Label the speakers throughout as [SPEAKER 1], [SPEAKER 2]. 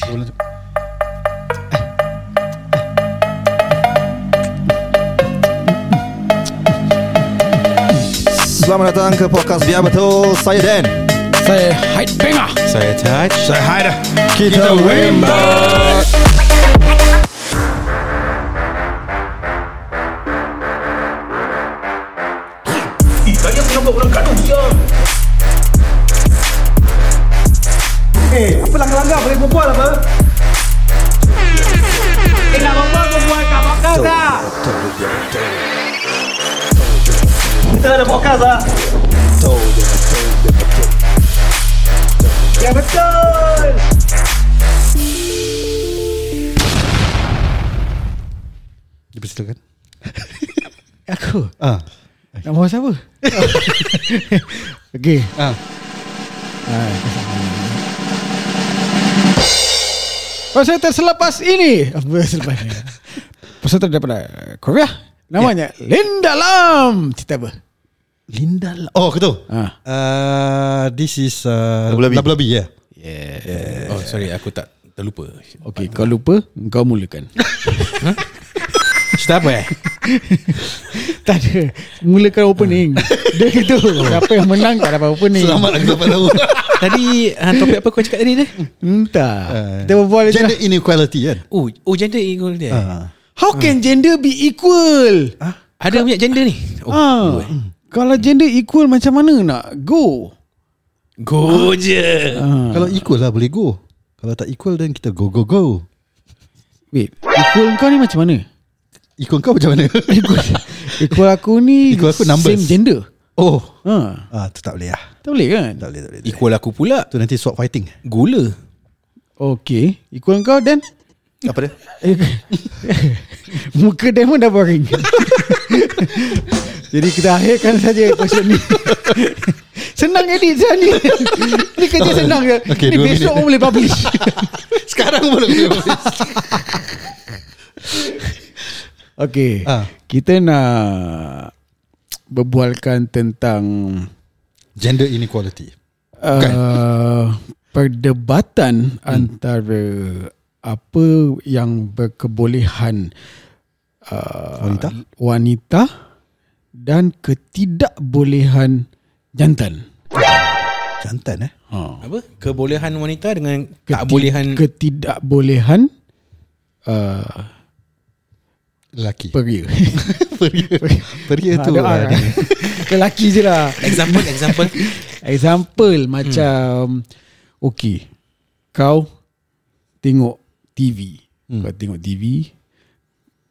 [SPEAKER 1] Spola till-
[SPEAKER 2] Selamat datang ke podcast Biar Betul Saya Dan
[SPEAKER 1] Saya Haid Benga
[SPEAKER 2] Saya Taj
[SPEAKER 1] Saya Haida
[SPEAKER 2] Kita
[SPEAKER 3] Saya mengambil orang gaduh dia Eh, apa langgar-langgar boleh berbual apa? Eh, nak berbual berbual kat podcast lah Kita ada podcast lah Ya betul
[SPEAKER 1] Dipersilakan
[SPEAKER 4] Aku
[SPEAKER 1] kan? Ah,
[SPEAKER 4] Nak bawa siapa? okay
[SPEAKER 1] ah.
[SPEAKER 4] Ah. Peserta selepas ini Apa selepas ini? Peserta daripada eh, Korea Namanya Linda Lam Cerita apa?
[SPEAKER 1] Linda La- Oh aku tahu
[SPEAKER 4] Ah.
[SPEAKER 1] uh, This is uh,
[SPEAKER 2] Labu-labi.
[SPEAKER 1] Labu-labi ya yeah.
[SPEAKER 5] Oh sorry aku tak terlupa.
[SPEAKER 4] Okay kau lupa Kau mulakan
[SPEAKER 5] Cerita apa eh?
[SPEAKER 4] Tak ada Mulakan opening Dia gitu Siapa yang menang tak dapat opening
[SPEAKER 1] Selamat aku dapat tahu
[SPEAKER 5] Tadi ha, topik apa kau cakap tadi dia?
[SPEAKER 4] Entah
[SPEAKER 1] Ah.
[SPEAKER 4] Hmm, Kita berbual je
[SPEAKER 1] Gender
[SPEAKER 4] lah.
[SPEAKER 1] inequality kan
[SPEAKER 5] Oh, oh gender equal dia.
[SPEAKER 1] Ah.
[SPEAKER 4] How can gender be equal?
[SPEAKER 5] Ada punya gender ni. Oh,
[SPEAKER 4] Ah.
[SPEAKER 1] eh.
[SPEAKER 4] Kalau gender equal macam mana nak go?
[SPEAKER 5] Go je.
[SPEAKER 4] Ah.
[SPEAKER 1] Kalau equal lah boleh go Kalau tak equal then kita go go go
[SPEAKER 4] Wait, equal kau ni macam mana?
[SPEAKER 1] Equal kau macam mana
[SPEAKER 4] Equal, equal aku ni
[SPEAKER 1] Equal aku numbers.
[SPEAKER 4] Same gender
[SPEAKER 1] Oh
[SPEAKER 4] ha,
[SPEAKER 1] Ah, tu tak boleh lah
[SPEAKER 4] Tak boleh kan
[SPEAKER 1] Tak boleh tak boleh, tak boleh.
[SPEAKER 5] Equal aku pula
[SPEAKER 1] Tu nanti swap fighting
[SPEAKER 5] Gula
[SPEAKER 4] Okay Equal kau Dan
[SPEAKER 2] Apa dia?
[SPEAKER 4] Eh, Muka Dan pun dah boring Jadi kita akhirkan saja episode ni Senang edit saya ni Ni kerja senang je
[SPEAKER 1] Oh, Okay,
[SPEAKER 4] okay,
[SPEAKER 1] dua
[SPEAKER 4] Ni besok
[SPEAKER 1] minit.
[SPEAKER 4] pun boleh publish
[SPEAKER 1] Sekarang pun aku boleh
[SPEAKER 4] Okay
[SPEAKER 1] Ah.
[SPEAKER 4] Kita nak Berbualkan tentang
[SPEAKER 1] Gender inequality
[SPEAKER 4] uh, perdebatan hmm. antara apa yang berkebolehan uh,
[SPEAKER 1] Wanita?
[SPEAKER 4] wanita dan ketidakbolehan jantan.
[SPEAKER 1] Jantan eh
[SPEAKER 4] Ha.
[SPEAKER 5] apa? Kebolehan wanita dengan takbolehan
[SPEAKER 4] ketidakbolehan uh,
[SPEAKER 1] Lelaki
[SPEAKER 4] peria.
[SPEAKER 1] Peria Peria tu
[SPEAKER 4] Ada
[SPEAKER 1] lah
[SPEAKER 4] R.
[SPEAKER 1] dia.
[SPEAKER 4] Lelaki je lah.
[SPEAKER 5] example example
[SPEAKER 4] Example macam Okay Kau Tengok TV hmm. Kau tengok TV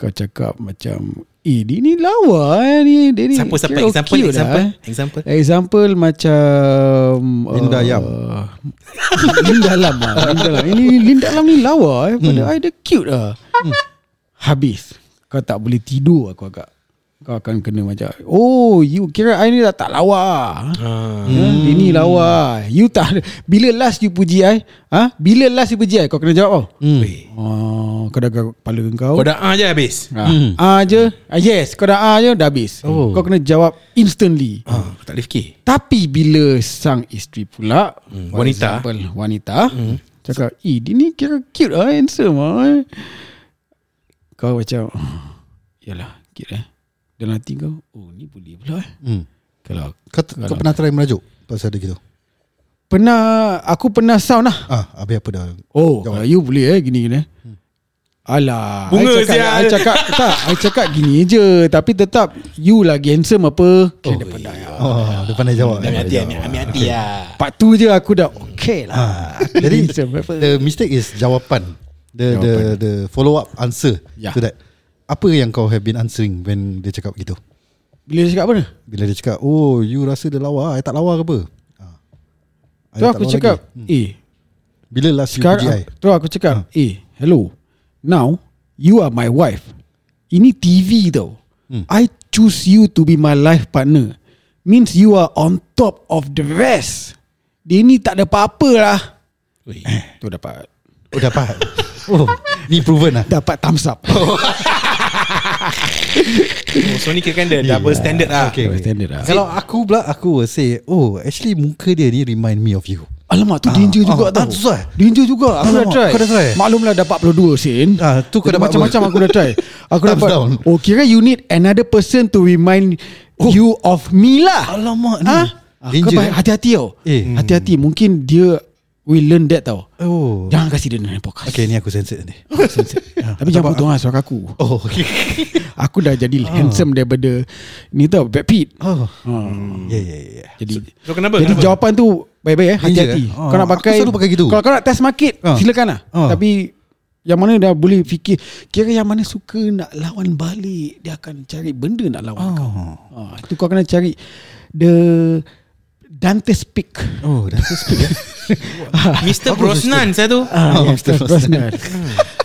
[SPEAKER 4] Kau cakap macam Eh dia ni lawa eh ni, dia ni
[SPEAKER 5] Siapa, siapa?
[SPEAKER 4] kira
[SPEAKER 5] Example,
[SPEAKER 4] okey
[SPEAKER 5] example,
[SPEAKER 4] eh.
[SPEAKER 5] example.
[SPEAKER 4] Example macam uh,
[SPEAKER 1] Linda Yam.
[SPEAKER 4] Linda Lam lah Linda Lam Ini Linda Lam ni lawa eh Pada hmm. I dia cute lah hmm. Habis Kau tak boleh tidur aku agak Kau akan kena macam Oh you kira I ni dah tak lawa ah. Hmm. Dia ni lawa You tak Bila last you puji I ha? Bila last you puji I Kau kena jawab tau
[SPEAKER 1] Hmm.
[SPEAKER 4] oh, Kau dah garuk kepala kau
[SPEAKER 5] Kau dah ah je habis
[SPEAKER 4] Ah, ah je ah, Yes Kau dah ah je Dah habis oh. Kau kena jawab Instantly
[SPEAKER 5] ah, Aku tak boleh fikir
[SPEAKER 4] Tapi bila sang isteri pula
[SPEAKER 5] Hmm,
[SPEAKER 4] for
[SPEAKER 5] wanita.
[SPEAKER 4] example, Wanita Cakap Eh dia ni kira cute lah Handsome lah eh." Kau macam Yalah Cute eh Dalam hati kau Oh ni boleh pula eh
[SPEAKER 1] Hmm.
[SPEAKER 4] Kalau
[SPEAKER 1] Kau, kau pernah try merajuk Pasal dia gitu
[SPEAKER 4] Pernah Aku pernah sound lah
[SPEAKER 1] Ah, habis apa dah
[SPEAKER 4] Oh
[SPEAKER 1] Jawab.
[SPEAKER 4] kalau you boleh eh Gini gini eh. Alah I
[SPEAKER 5] Bunga
[SPEAKER 4] cakap,
[SPEAKER 5] sial.
[SPEAKER 4] I cakap Tak I cakap gini je Tapi tetap You lagi handsome apa Kira dia pandai lah.
[SPEAKER 1] Oh, dia pandai jawab.
[SPEAKER 5] Ambil hati ambil, ambil hati lah
[SPEAKER 4] Part tu je aku dah Okay
[SPEAKER 1] Ah.
[SPEAKER 4] lah
[SPEAKER 1] Jadi
[SPEAKER 4] Handsome apa.
[SPEAKER 1] the mistake is jawapan. The the the follow up answer
[SPEAKER 5] Ya.
[SPEAKER 4] Yeah.
[SPEAKER 1] to that. Apa yang kau have been answering when dia cakap gitu?
[SPEAKER 4] Bila dia cakap apa dah?
[SPEAKER 1] Bila dia cakap, "Oh, you rasa dia lawa, I tak lawa ke apa?" Ah. I
[SPEAKER 4] Tu
[SPEAKER 1] tak
[SPEAKER 4] aku
[SPEAKER 1] lawa
[SPEAKER 4] cakap
[SPEAKER 1] lagi. Hmm.
[SPEAKER 4] lagi. Eh
[SPEAKER 1] Bila last you
[SPEAKER 4] sekarang
[SPEAKER 1] PGI?
[SPEAKER 4] Tu ah, aku cakap
[SPEAKER 5] Ah.
[SPEAKER 4] Eh hello Now You are my wife Ini TV tau
[SPEAKER 5] Hmm.
[SPEAKER 4] I choose you to be my life partner Means you are on top of the rest Dia ni tak ada apa-apa lah
[SPEAKER 5] Ui.
[SPEAKER 4] Tu dapat
[SPEAKER 1] Oh, dapat. oh, ni proven lah.
[SPEAKER 4] Dapat thumbs up
[SPEAKER 5] Oh, So ni kira kan dia double standard lah
[SPEAKER 1] Okay, okay.
[SPEAKER 4] Standard lah
[SPEAKER 1] Kalau aku pula Aku will say Oh actually muka dia ni Remind me of you
[SPEAKER 4] Alamak tu
[SPEAKER 1] ah,
[SPEAKER 4] danger juga
[SPEAKER 1] ah,
[SPEAKER 4] tau
[SPEAKER 1] tu susah.
[SPEAKER 4] Danger juga Aku
[SPEAKER 1] Alamak,
[SPEAKER 4] dah try
[SPEAKER 1] kau dah try?
[SPEAKER 4] Maklumlah dah 42 sen
[SPEAKER 1] Ah, tu kau
[SPEAKER 4] Jadi
[SPEAKER 1] dapat
[SPEAKER 4] Macam-macam
[SPEAKER 1] apa?
[SPEAKER 4] aku dah try Aku
[SPEAKER 1] Thumbs
[SPEAKER 4] dapat
[SPEAKER 1] down. Oh.
[SPEAKER 4] Oh kira you need another person To remind you of me lah
[SPEAKER 1] Alamak ni.
[SPEAKER 4] ha? Kau
[SPEAKER 1] Danger,
[SPEAKER 4] baik,
[SPEAKER 1] eh?
[SPEAKER 4] hati-hati tau
[SPEAKER 1] Eh.
[SPEAKER 4] Hati-hati Mungkin dia Will learn that tau
[SPEAKER 1] Oh.
[SPEAKER 4] Jangan kasi dia dengar podcast
[SPEAKER 1] Okay ni aku sensitif ni
[SPEAKER 4] Tapi jangan potong lah suara aku
[SPEAKER 1] Oh okay.
[SPEAKER 4] Aku dah jadi handsome daripada Ni tau Brad Pitt
[SPEAKER 1] Oh
[SPEAKER 4] ha.
[SPEAKER 1] Ya ya ya
[SPEAKER 4] Jadi
[SPEAKER 5] So kenapa?
[SPEAKER 4] Jadi
[SPEAKER 5] kenapa?
[SPEAKER 4] jawapan tu Baik-baik eh
[SPEAKER 1] Danger,
[SPEAKER 4] Hati-hati
[SPEAKER 1] eh? Oh,
[SPEAKER 4] Kau nak
[SPEAKER 1] aku
[SPEAKER 4] pakai
[SPEAKER 1] selalu pakai gitu.
[SPEAKER 4] Kalau kau nak test market
[SPEAKER 1] Ah.
[SPEAKER 4] Silakan lah
[SPEAKER 1] Ah.
[SPEAKER 4] Tapi Yang mana dah boleh fikir Kira yang mana suka Nak lawan balik Dia akan cari benda Nak lawan oh. kau ah, Itu kau kena cari The Dante's Peak
[SPEAKER 1] Oh dah suspect ya
[SPEAKER 5] Mr. Brosnan saya tu.
[SPEAKER 4] Ah,
[SPEAKER 1] Oh,
[SPEAKER 4] yes,
[SPEAKER 1] Mr.
[SPEAKER 4] Brosnan.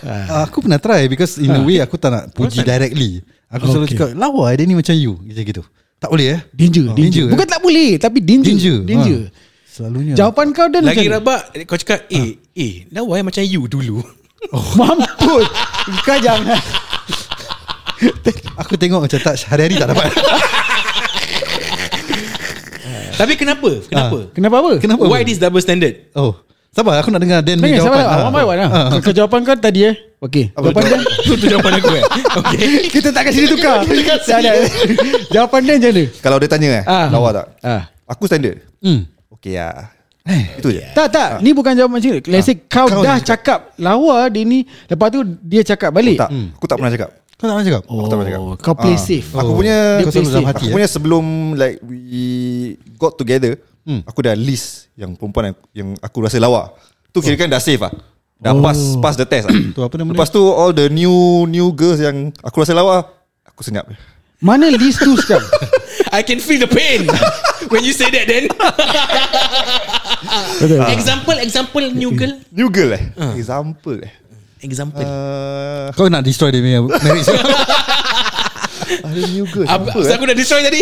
[SPEAKER 1] Uh, aku pernah try because in a way aku tak nak puji directly. Aku selalu
[SPEAKER 4] Okay.
[SPEAKER 1] cakap lawa dia ni macam you macam gitu. Tak boleh eh?
[SPEAKER 4] Danger,
[SPEAKER 1] Oh,
[SPEAKER 4] danger.
[SPEAKER 1] eh?
[SPEAKER 4] Bukan tak boleh Tapi danger
[SPEAKER 1] danger.
[SPEAKER 4] danger.
[SPEAKER 1] Ha. Selalunya.
[SPEAKER 4] Jawapan kau dan
[SPEAKER 5] Lagi rabak kau cakap eh eh lawa eh macam you dulu.
[SPEAKER 4] oh. Mampus Kau jangan
[SPEAKER 1] aku tengok macam touch hari-hari tak dapat.
[SPEAKER 5] Tapi kenapa? Ah. Kenapa?
[SPEAKER 4] Kenapa apa?
[SPEAKER 1] Kenapa?
[SPEAKER 5] Why this double standard?
[SPEAKER 1] Oh. Sabar aku nak dengar Dan punya
[SPEAKER 4] Nangis
[SPEAKER 1] jawapan.
[SPEAKER 4] sabar lah One by one lah
[SPEAKER 1] Ah.
[SPEAKER 4] Kau jawapan kau tadi eh Okay Jawapan dia
[SPEAKER 5] Itu tu jawapan aku eh. Okay.
[SPEAKER 4] Kita tak kasi dia tukar Tak ada Jawapan dia macam mana
[SPEAKER 2] Kalau dia tanya eh,
[SPEAKER 4] Ah.
[SPEAKER 2] lawa tak?
[SPEAKER 4] Ah.
[SPEAKER 2] Aku standard.
[SPEAKER 1] Hmm.
[SPEAKER 2] Okey lah. Itu je.
[SPEAKER 4] tak tak Ni bukan jawapan macam ni Let's
[SPEAKER 2] Ah.
[SPEAKER 4] say kau,
[SPEAKER 1] Kau
[SPEAKER 4] dah
[SPEAKER 1] yang
[SPEAKER 4] cakap Lawa dia ni Lepas tu dia cakap balik
[SPEAKER 2] Oh, Tak, aku tak pernah cakap.
[SPEAKER 1] Kau tak nak cakap?
[SPEAKER 2] Aku tak pernah cakap.
[SPEAKER 4] Oh, Kau play
[SPEAKER 2] Ah.
[SPEAKER 4] safe
[SPEAKER 2] Aku punya
[SPEAKER 1] Kau selalu dalam hati. eh?
[SPEAKER 2] Aku punya sebelum like we got together, aku dah list yang perempuan yang, yang aku rasa lawa. Tu kira kan dah safe ah. Dah pass pass the test ah.
[SPEAKER 1] Tu apa nama dia?
[SPEAKER 2] Lepas tu all the new new girls yang aku rasa lawa, aku senyap.
[SPEAKER 4] Mana list tu sekarang
[SPEAKER 5] I can feel the pain when you say that then. Ah. example example new girl.
[SPEAKER 2] New girl eh. Example eh.
[SPEAKER 5] Example.
[SPEAKER 2] Uh,
[SPEAKER 1] Kau nak destroy dia punya marriage.
[SPEAKER 2] ada new girl.
[SPEAKER 5] Apa,
[SPEAKER 2] Apa,
[SPEAKER 5] so
[SPEAKER 2] eh?
[SPEAKER 5] aku dah destroy tadi.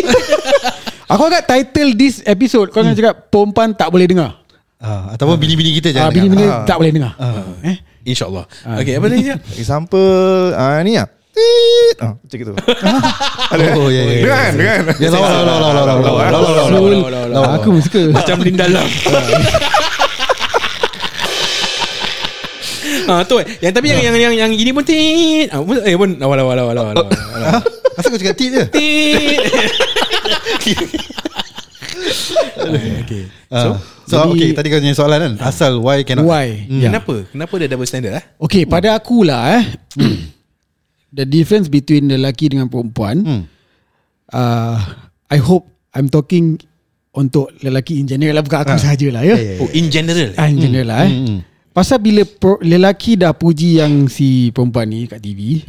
[SPEAKER 4] Aku agak title this episode Kau
[SPEAKER 2] Hmm.
[SPEAKER 4] nak cakap Perempuan tak boleh dengar
[SPEAKER 1] Ah, ataupun bini-bini
[SPEAKER 2] Eh,
[SPEAKER 1] kita jangan.
[SPEAKER 4] Ah,
[SPEAKER 1] dengar.
[SPEAKER 4] Bini-bini tak boleh dengar
[SPEAKER 2] Ah.
[SPEAKER 4] Eh
[SPEAKER 5] InsyaAllah. Okay, apa tadi?
[SPEAKER 2] Example ah ni ah. Tit. Ah, macam gitu.
[SPEAKER 1] Oh ya ya.
[SPEAKER 2] Dengar kan, dengar kan?
[SPEAKER 1] Ya lawa lawa lawa lawa lawa lawa lawa.
[SPEAKER 4] Soul.
[SPEAKER 5] lawa, lawa, lawa,
[SPEAKER 4] Aku suka
[SPEAKER 5] Macam Linda Lam. Ah tu eh. Yang tapi yang yang yang yang gini pun tit. Ah, pun- eh pun lawa lawa lawa lawa lawa. lawa.
[SPEAKER 1] Asal kau cakap tit je?
[SPEAKER 5] Tit.
[SPEAKER 1] Ah. So
[SPEAKER 4] Jadi- Ah.
[SPEAKER 1] okay tadi kau punya soalan kan asal why cannot
[SPEAKER 4] Why
[SPEAKER 1] Hmm.
[SPEAKER 5] Kenapa? Kenapa dia double standard ah?
[SPEAKER 4] Okay pada akulah eh The difference between lelaki dengan perempuan hmm. uh, I hope I'm talking Untuk lelaki in general lah Bukan aku sahajalah ya yeah,
[SPEAKER 5] Oh, in general.
[SPEAKER 4] In general lah eh Pasal bila pro, lelaki dah puji yang si perempuan ni kat TV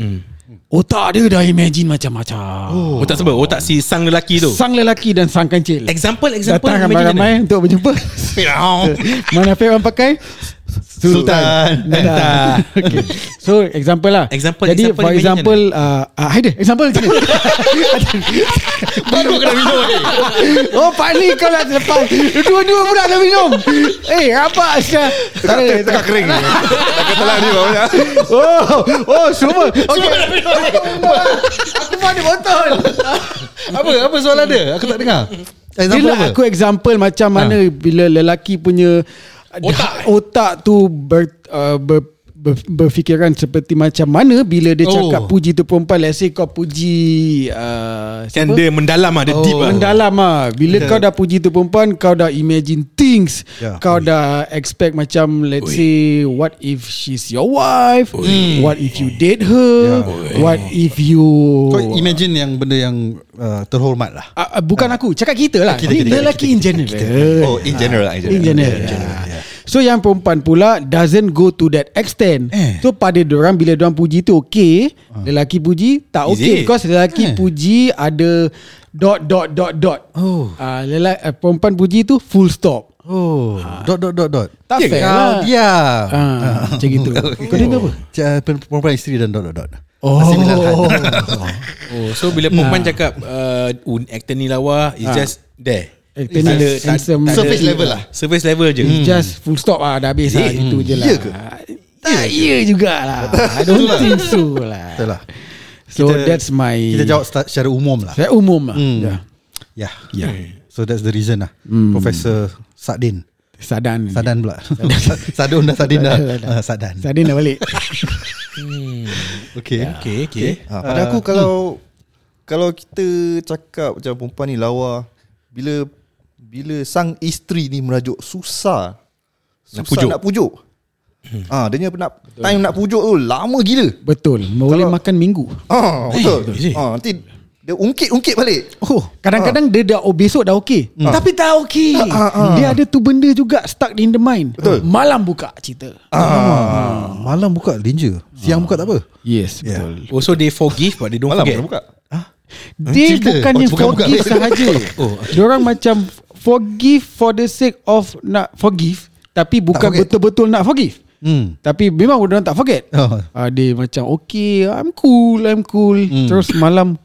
[SPEAKER 4] Otak dia dah imagine macam-macam Hmm. oh.
[SPEAKER 5] Otak sebab otak si sang lelaki tu.
[SPEAKER 4] Sang lelaki dan sang kancil
[SPEAKER 5] Example example
[SPEAKER 4] Datang
[SPEAKER 5] macam mana?
[SPEAKER 4] ramai-ramai untuk berjumpa ah.
[SPEAKER 5] Firaun.
[SPEAKER 4] Mana Firaun pakai?
[SPEAKER 1] Sultan.
[SPEAKER 4] Entah. okay. So example lah
[SPEAKER 5] Example,
[SPEAKER 4] Jadi
[SPEAKER 5] example
[SPEAKER 4] for
[SPEAKER 5] dia
[SPEAKER 4] example uh, uh, Haida example macam mana
[SPEAKER 5] Baru kena minum eh.
[SPEAKER 4] Oh Pak Ni kau nak lepas Dua-dua pun nak minum Eh apa Asya
[SPEAKER 2] Tengah, tengah, tengah kering. Aku telan ni banyak.
[SPEAKER 4] Oh Oh semua Okay Aku pun ada botol
[SPEAKER 1] Apa apa soalan dia? Aku tak dengar. Example
[SPEAKER 4] Bila
[SPEAKER 1] apa?
[SPEAKER 4] lah aku example Macam mana Bila lelaki punya
[SPEAKER 5] Ha. Otak.
[SPEAKER 4] Otak tu ber, uh, ber, ber, Berfikiran seperti macam mana Bila dia
[SPEAKER 1] Oh.
[SPEAKER 4] cakap puji tu perempuan Let's say kau puji uh,
[SPEAKER 5] Kan dia mendalam ah, dia deep ah.
[SPEAKER 4] Mendalam lah Bila kau dah puji tu perempuan Kau dah imagine things
[SPEAKER 1] Ya.
[SPEAKER 4] Kau dah expect macam Let's say What if she's your wife What if you date her What if you
[SPEAKER 1] Kau imagine yang benda yang uh, terhormat lah.
[SPEAKER 4] Ah, ah, Bukan aku Cakap kita lah
[SPEAKER 1] Kita,
[SPEAKER 4] Ni
[SPEAKER 1] kita,
[SPEAKER 4] Lelaki in general
[SPEAKER 2] Oh, in general, lah, in
[SPEAKER 4] In
[SPEAKER 2] general.
[SPEAKER 4] general Ah. So yang perempuan pula Doesn't go to that extent
[SPEAKER 1] Eh.
[SPEAKER 4] So pada orang Bila orang puji tu okay Lelaki puji Tak
[SPEAKER 5] Is
[SPEAKER 4] okay
[SPEAKER 5] it?
[SPEAKER 4] Because lelaki puji Ada Dot dot dot dot
[SPEAKER 1] Oh.
[SPEAKER 4] Ah, lelaki, ah, Perempan puji tu Full stop
[SPEAKER 1] Oh, ha. dot dot dot dot.
[SPEAKER 4] Tak fair
[SPEAKER 1] Kau
[SPEAKER 4] lah
[SPEAKER 1] dia. "Ya." Oh.
[SPEAKER 4] Ah, Macam gitu Kau dengar apa?
[SPEAKER 1] Cak perempuan uh, isteri dan dot kan? dot dot.
[SPEAKER 4] Oh.
[SPEAKER 5] Oh, so bila perempuan cakap uh, un actor ni lawa is just there.
[SPEAKER 4] Actor
[SPEAKER 5] Tak
[SPEAKER 4] ni
[SPEAKER 5] ada- tak-
[SPEAKER 4] handsome.
[SPEAKER 5] tak ada-
[SPEAKER 1] Surface level lah.
[SPEAKER 5] Surface level je.
[SPEAKER 4] Just full stop lah Dah habis lah Itu je lah Tak iya jugalah I don't think so lah
[SPEAKER 1] Betul lah.
[SPEAKER 4] So
[SPEAKER 1] Kita-
[SPEAKER 4] that's my
[SPEAKER 1] Kita jawab sta- secara umum lah.
[SPEAKER 4] Saya umum lah
[SPEAKER 1] Hmm.
[SPEAKER 4] Ya.
[SPEAKER 1] Ya. Yeah. So that's the reason lah. Professor Sadin.
[SPEAKER 4] Sadan
[SPEAKER 1] Sadan pula Sadun dah Sadin dah Ah, Sadan
[SPEAKER 4] Hmm. Sadan dah balik
[SPEAKER 1] Okay
[SPEAKER 5] Okay, okay.
[SPEAKER 2] Ha, pada aku kalau kalau kita cakap macam perempuan ni lawa bila bila sang isteri ni merajuk susah susah nak pujuk. Nak pujuk.
[SPEAKER 1] Hmm.
[SPEAKER 2] Ah, dia punya nak time nak pujuk tu lama gila.
[SPEAKER 4] Betul Boleh
[SPEAKER 2] Kalau-
[SPEAKER 4] makan minggu
[SPEAKER 2] Ah,
[SPEAKER 1] Eh,
[SPEAKER 2] betul.
[SPEAKER 5] betul je.
[SPEAKER 2] Ah, nanti dia ungkit-ungkit balik.
[SPEAKER 4] Oh, kadang-kadang dia dah oh, besok dah okey.
[SPEAKER 1] Hmm. Ah.
[SPEAKER 4] Tapi tak okey. Dia ada tu benda juga stuck in the mind.
[SPEAKER 2] Betul.
[SPEAKER 4] Malam buka cerita.
[SPEAKER 1] Ah, Malam buka danger Siang buka tak apa
[SPEAKER 4] Yes,
[SPEAKER 1] Yeah.
[SPEAKER 4] betul.
[SPEAKER 5] Also they forgive but they don't
[SPEAKER 2] Malam
[SPEAKER 5] forget.
[SPEAKER 2] dia buka.
[SPEAKER 4] Dia
[SPEAKER 1] cerita.
[SPEAKER 4] bukannya
[SPEAKER 1] Oh, bukan, bukan.
[SPEAKER 4] forgive sahaja. oh. Diorang macam forgive for the sake of nak forgive tapi bukan
[SPEAKER 1] forget.
[SPEAKER 4] betul-betul nak forgive.
[SPEAKER 1] Hmm.
[SPEAKER 4] Tapi memang orang tak forget.
[SPEAKER 1] Oh.
[SPEAKER 4] Ah, dia macam okay, I'm cool, I'm cool. Terus malam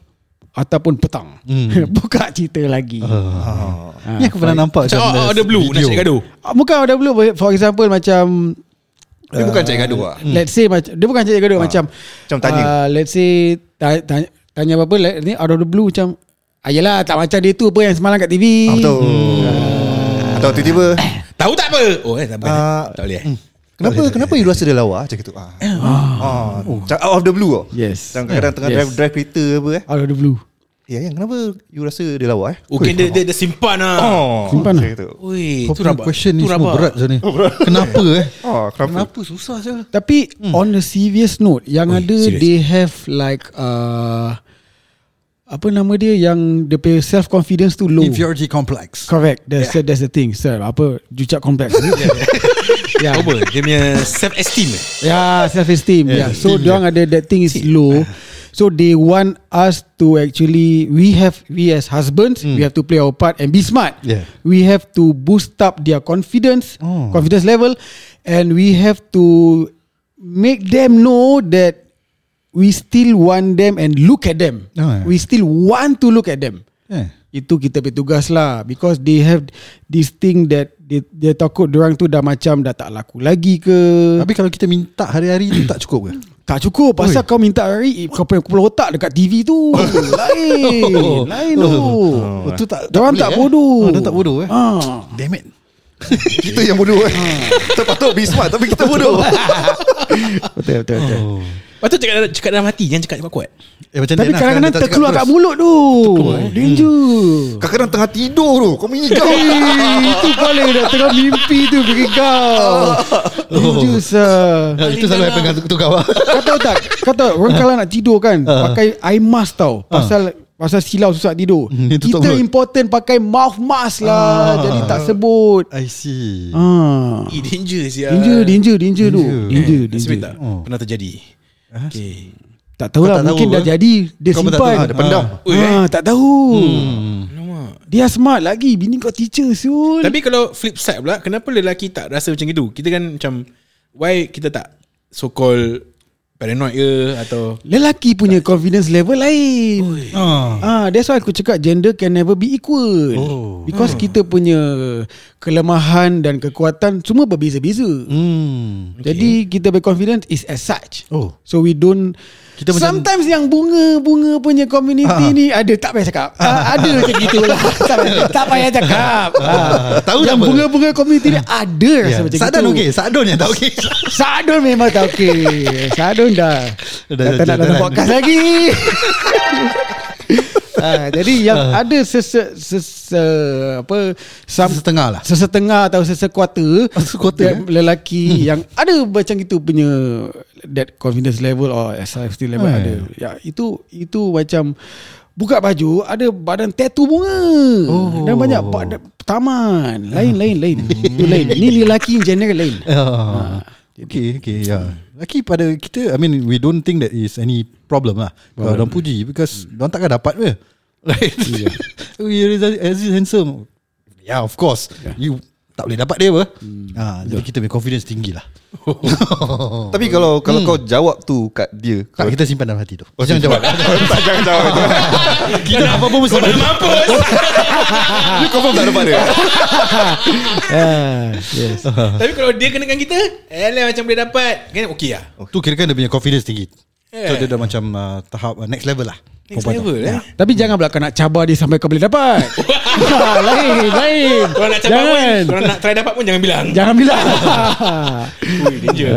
[SPEAKER 4] ataupun petang buka cerita lagi.
[SPEAKER 2] Ah.
[SPEAKER 1] Ni aku pernah nampak
[SPEAKER 5] Macam
[SPEAKER 1] macam
[SPEAKER 5] out, out of the blue nak cakap gaduh.
[SPEAKER 4] Ah, Bukan ada belum For example macam
[SPEAKER 2] Dia bukan cari gaduh
[SPEAKER 5] Uh,
[SPEAKER 2] ah.
[SPEAKER 4] hmm. Let's say macam Dia bukan cakap gaduh ha. Macam
[SPEAKER 2] Macam tanya.
[SPEAKER 4] uh, Let's say ta- Tanya, tanya apa-apa like, ni, Out of the blue macam ah, Yelah tak macam dia tu Apa yang semalam kat TV
[SPEAKER 2] Ah, betul.
[SPEAKER 1] Hmm.
[SPEAKER 2] Atau tiba-tiba
[SPEAKER 5] Tahu tak apa? Oh, eh, tak, boleh.
[SPEAKER 2] Ah.
[SPEAKER 5] tak boleh. eh?
[SPEAKER 2] Kenapa kenapa you rasa dia lawa Macam itu ah. Ah. Macam out of the blue tau.
[SPEAKER 4] Yes.
[SPEAKER 2] Macam kadang-kadang tengah
[SPEAKER 4] Yes.
[SPEAKER 2] drive drive kereta apa eh.
[SPEAKER 4] Out of the blue
[SPEAKER 2] Ya, yang kenapa you rasa dia lawa eh?
[SPEAKER 5] Okay, dia, dia, dia simpan lah.
[SPEAKER 2] Oh,
[SPEAKER 4] Simpan lah.
[SPEAKER 2] macam itu.
[SPEAKER 5] Ui,
[SPEAKER 1] Kau
[SPEAKER 5] tu
[SPEAKER 1] punya
[SPEAKER 5] rabak.
[SPEAKER 1] question ni
[SPEAKER 5] tu
[SPEAKER 1] semua
[SPEAKER 5] rabak.
[SPEAKER 1] berat macam ni Kenapa eh Oh.
[SPEAKER 2] Oh, kenapa?
[SPEAKER 1] Kenapa susah je
[SPEAKER 4] Tapi hmm. on a serious note Yang
[SPEAKER 5] Oi,
[SPEAKER 4] ada
[SPEAKER 5] serious.
[SPEAKER 4] They have like uh, Apa nama dia Yang Dia punya self confidence tu low
[SPEAKER 1] Inferiority complex
[SPEAKER 4] Correct That's, yeah. that's the thing Sir apa Jucak kompleks
[SPEAKER 5] Ya. Apa? Dia punya self-esteem. eh?
[SPEAKER 4] Yeah, self esteem. Yeah,
[SPEAKER 1] Yeah,
[SPEAKER 4] yeah. Ya, so
[SPEAKER 1] esteem,
[SPEAKER 4] diorang ada that thing is low. So they want us to actually we have we as husbands mm. we have to play our part and be smart.
[SPEAKER 1] Hmm. Yeah.
[SPEAKER 4] We have to boost up their confidence, oh. confidence level and we have to make them know that we still want them and look at them.
[SPEAKER 1] Oh, yeah.
[SPEAKER 4] We still want to look at them.
[SPEAKER 1] Eh.
[SPEAKER 4] Itu kita punya tugas lah Because they have This thing that Dia, dia takut Diorang tu dah macam Dah tak laku lagi ke
[SPEAKER 1] Tapi kalau kita minta hari-hari tu tak cukup ke?
[SPEAKER 4] tak cukup Pasal kau minta hari Kau punya kepala otak Dekat TV tu Lain Lain tu
[SPEAKER 1] Oh, tu tak,
[SPEAKER 4] Diorang tak bodoh
[SPEAKER 1] Orang tak bodoh eh.
[SPEAKER 4] ha.
[SPEAKER 1] Damn it.
[SPEAKER 2] Kita yang bodoh eh. Kita patut be smart tapi kita bodoh.
[SPEAKER 4] Betul betul betul oh.
[SPEAKER 5] Patut cakap, dalam- cakap dalam hati. Jangan cakap kuat-kuat.
[SPEAKER 1] Eh, macam
[SPEAKER 4] Tapi
[SPEAKER 1] Diana,
[SPEAKER 4] kadang-kadang
[SPEAKER 1] dia tak
[SPEAKER 4] terkeluar
[SPEAKER 1] cakap Hmm.
[SPEAKER 4] kat mulut tu Oh, Danger
[SPEAKER 2] Kadang-kadang tengah tidur tu. Kau mengigau.
[SPEAKER 4] Eh, Itu paling dah tengah mimpi tu Bagi
[SPEAKER 1] Oh.
[SPEAKER 4] kau Danger sah
[SPEAKER 1] terus. Eh, Itu selalu happen kat tu kau lah.
[SPEAKER 4] ah. Kau tahu tak Kau tahu Orang
[SPEAKER 1] Ah.
[SPEAKER 4] kalau nak tidur kan Pakai eye mask tau Pasal Pasal silau susah tidur
[SPEAKER 1] Hmm, dia tutup
[SPEAKER 4] Kita
[SPEAKER 1] mulut.
[SPEAKER 4] important Pakai mouth mask lah
[SPEAKER 1] Ah.
[SPEAKER 4] Jadi tak sebut
[SPEAKER 1] I see
[SPEAKER 4] Ah.
[SPEAKER 5] Eh, danger siya.
[SPEAKER 4] Danger, danger, danger tu. Danger,
[SPEAKER 5] Eh,
[SPEAKER 4] danger.
[SPEAKER 5] nasib baik tak? Pernah terjadi. Okay.
[SPEAKER 4] Tak
[SPEAKER 1] Kau
[SPEAKER 4] tahulah
[SPEAKER 1] tak tahu
[SPEAKER 4] mungkin dah
[SPEAKER 1] apa?
[SPEAKER 4] jadi dia
[SPEAKER 1] Kau pun tak
[SPEAKER 4] simpan.
[SPEAKER 1] tahu, ah, dia pendam. Hmm.
[SPEAKER 5] Ui,
[SPEAKER 4] Ah,
[SPEAKER 5] eh.
[SPEAKER 4] tak tahu.
[SPEAKER 5] Alamak.
[SPEAKER 4] Dia smart lagi bini kau teacher siul.
[SPEAKER 5] Tapi kalau flip side pula, kenapa lelaki tak rasa macam itu? Kita kan macam, why kita tak so-called paranoid ke atau
[SPEAKER 4] lelaki punya confidence level lain.
[SPEAKER 1] Ah.
[SPEAKER 4] Ah, that's why aku cakap gender can never be equal.
[SPEAKER 1] Oh.
[SPEAKER 4] Because kita punya kelemahan dan kekuatan semua berbeza-beza.
[SPEAKER 1] Hmm.
[SPEAKER 4] Okay. Jadi kita punya confidence is as such.
[SPEAKER 1] Oh.
[SPEAKER 4] So we don't
[SPEAKER 1] Kita macam-
[SPEAKER 4] kita Sometimes yang bunga-bunga punya community
[SPEAKER 1] Ah.
[SPEAKER 4] ni ada tak payah cakap. Ah, ada macam gitu lah. tak, payah- tak payah cakap. Ah.
[SPEAKER 1] Tahu tak apa? Hmm.
[SPEAKER 4] yang
[SPEAKER 1] Ya.
[SPEAKER 4] bunga-bunga community ni ada rasa
[SPEAKER 1] Yeah.
[SPEAKER 4] macam
[SPEAKER 1] Sadon
[SPEAKER 4] gitu.
[SPEAKER 1] okey Sadon yang tak okey
[SPEAKER 4] Sadun memang tak okey. Sadun dah.
[SPEAKER 1] Dah-
[SPEAKER 4] Dah,
[SPEAKER 1] dah
[SPEAKER 4] tak nak dalam
[SPEAKER 1] jalan.
[SPEAKER 4] podcast lagi. ah, jadi yang ada sese, sese apa some,
[SPEAKER 1] Sesetengah lah.
[SPEAKER 4] Sesetengah atau sesequarter
[SPEAKER 1] Oh, sequarter, Hmm.
[SPEAKER 4] yang lelaki yang ada macam gitu punya that confidence level or safety level
[SPEAKER 1] Eh.
[SPEAKER 4] ada. Ya itu itu macam buka baju ada badan tattoo bunga
[SPEAKER 1] Oh. Hmm.
[SPEAKER 4] dan banyak pada- taman lain-lain lain. Itu lain. Ni lelaki in general lain.
[SPEAKER 1] Ah. Okay, okay, yeah. Laki pada kita, I mean, we don't think that is any problem lah. Kalau orang puji, because hmm. orang takkan dapat ke. Like, yeah. we are as is handsome. Yeah, of course. Yeah. You tak boleh dapat dia apa. Hmm. Ah, jadi kita punya confidence tinggi lah.
[SPEAKER 2] Tapi kalau kalau kau jawab tu kat dia.
[SPEAKER 1] Tak,
[SPEAKER 2] Kau,
[SPEAKER 1] kita simpan dalam hati tu. Oh, Jangan jawab.
[SPEAKER 2] tak jangan jawab itu.
[SPEAKER 1] kita apa pun mesti.
[SPEAKER 5] mampus
[SPEAKER 2] You confirm tak dapat dia.
[SPEAKER 4] Ah, yes.
[SPEAKER 5] Tapi kalau dia kenakan kita Alah macam boleh dapat Kan okey lah
[SPEAKER 1] Tu kira kan dia punya confidence tinggi. So
[SPEAKER 5] Yeah.
[SPEAKER 1] dia dah macam uh, tahap uh, next level lah.
[SPEAKER 5] Next level eh.
[SPEAKER 4] Tapi jangan pula kau nak cabar dia sampai kau boleh dapat. Ah, lain, lain.
[SPEAKER 5] Kalau nak cabar pun, kalau nak try dapat pun jangan bilang.
[SPEAKER 4] Jangan Ya. bilang.
[SPEAKER 5] Ui, danger.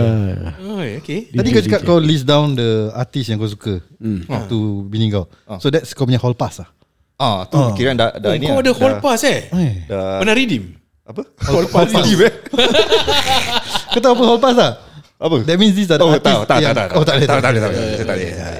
[SPEAKER 5] Oi, okay.
[SPEAKER 1] Tadi kau cakap kau list down the artist yang kau suka hmm. Waktu bini kau So that's kau punya hall pass lah
[SPEAKER 2] Ah, tu
[SPEAKER 1] Ah.
[SPEAKER 2] kira dah dah
[SPEAKER 5] Oh,
[SPEAKER 2] ni.
[SPEAKER 5] kau
[SPEAKER 2] lah,
[SPEAKER 5] ada hall
[SPEAKER 2] dah-
[SPEAKER 5] pass eh?
[SPEAKER 1] eh.
[SPEAKER 2] Dah
[SPEAKER 5] Pernah redeem?
[SPEAKER 2] apa? Hall pass. Hall pass.
[SPEAKER 1] Kau tahu apa hall pass tak?
[SPEAKER 2] Apa?
[SPEAKER 1] That means this are the
[SPEAKER 2] Oh,
[SPEAKER 1] artist
[SPEAKER 2] tak, tak, tak,
[SPEAKER 1] yang-
[SPEAKER 2] tak.
[SPEAKER 1] Oh tak boleh
[SPEAKER 2] tak, tak, tak, tak, tak, tak, tak.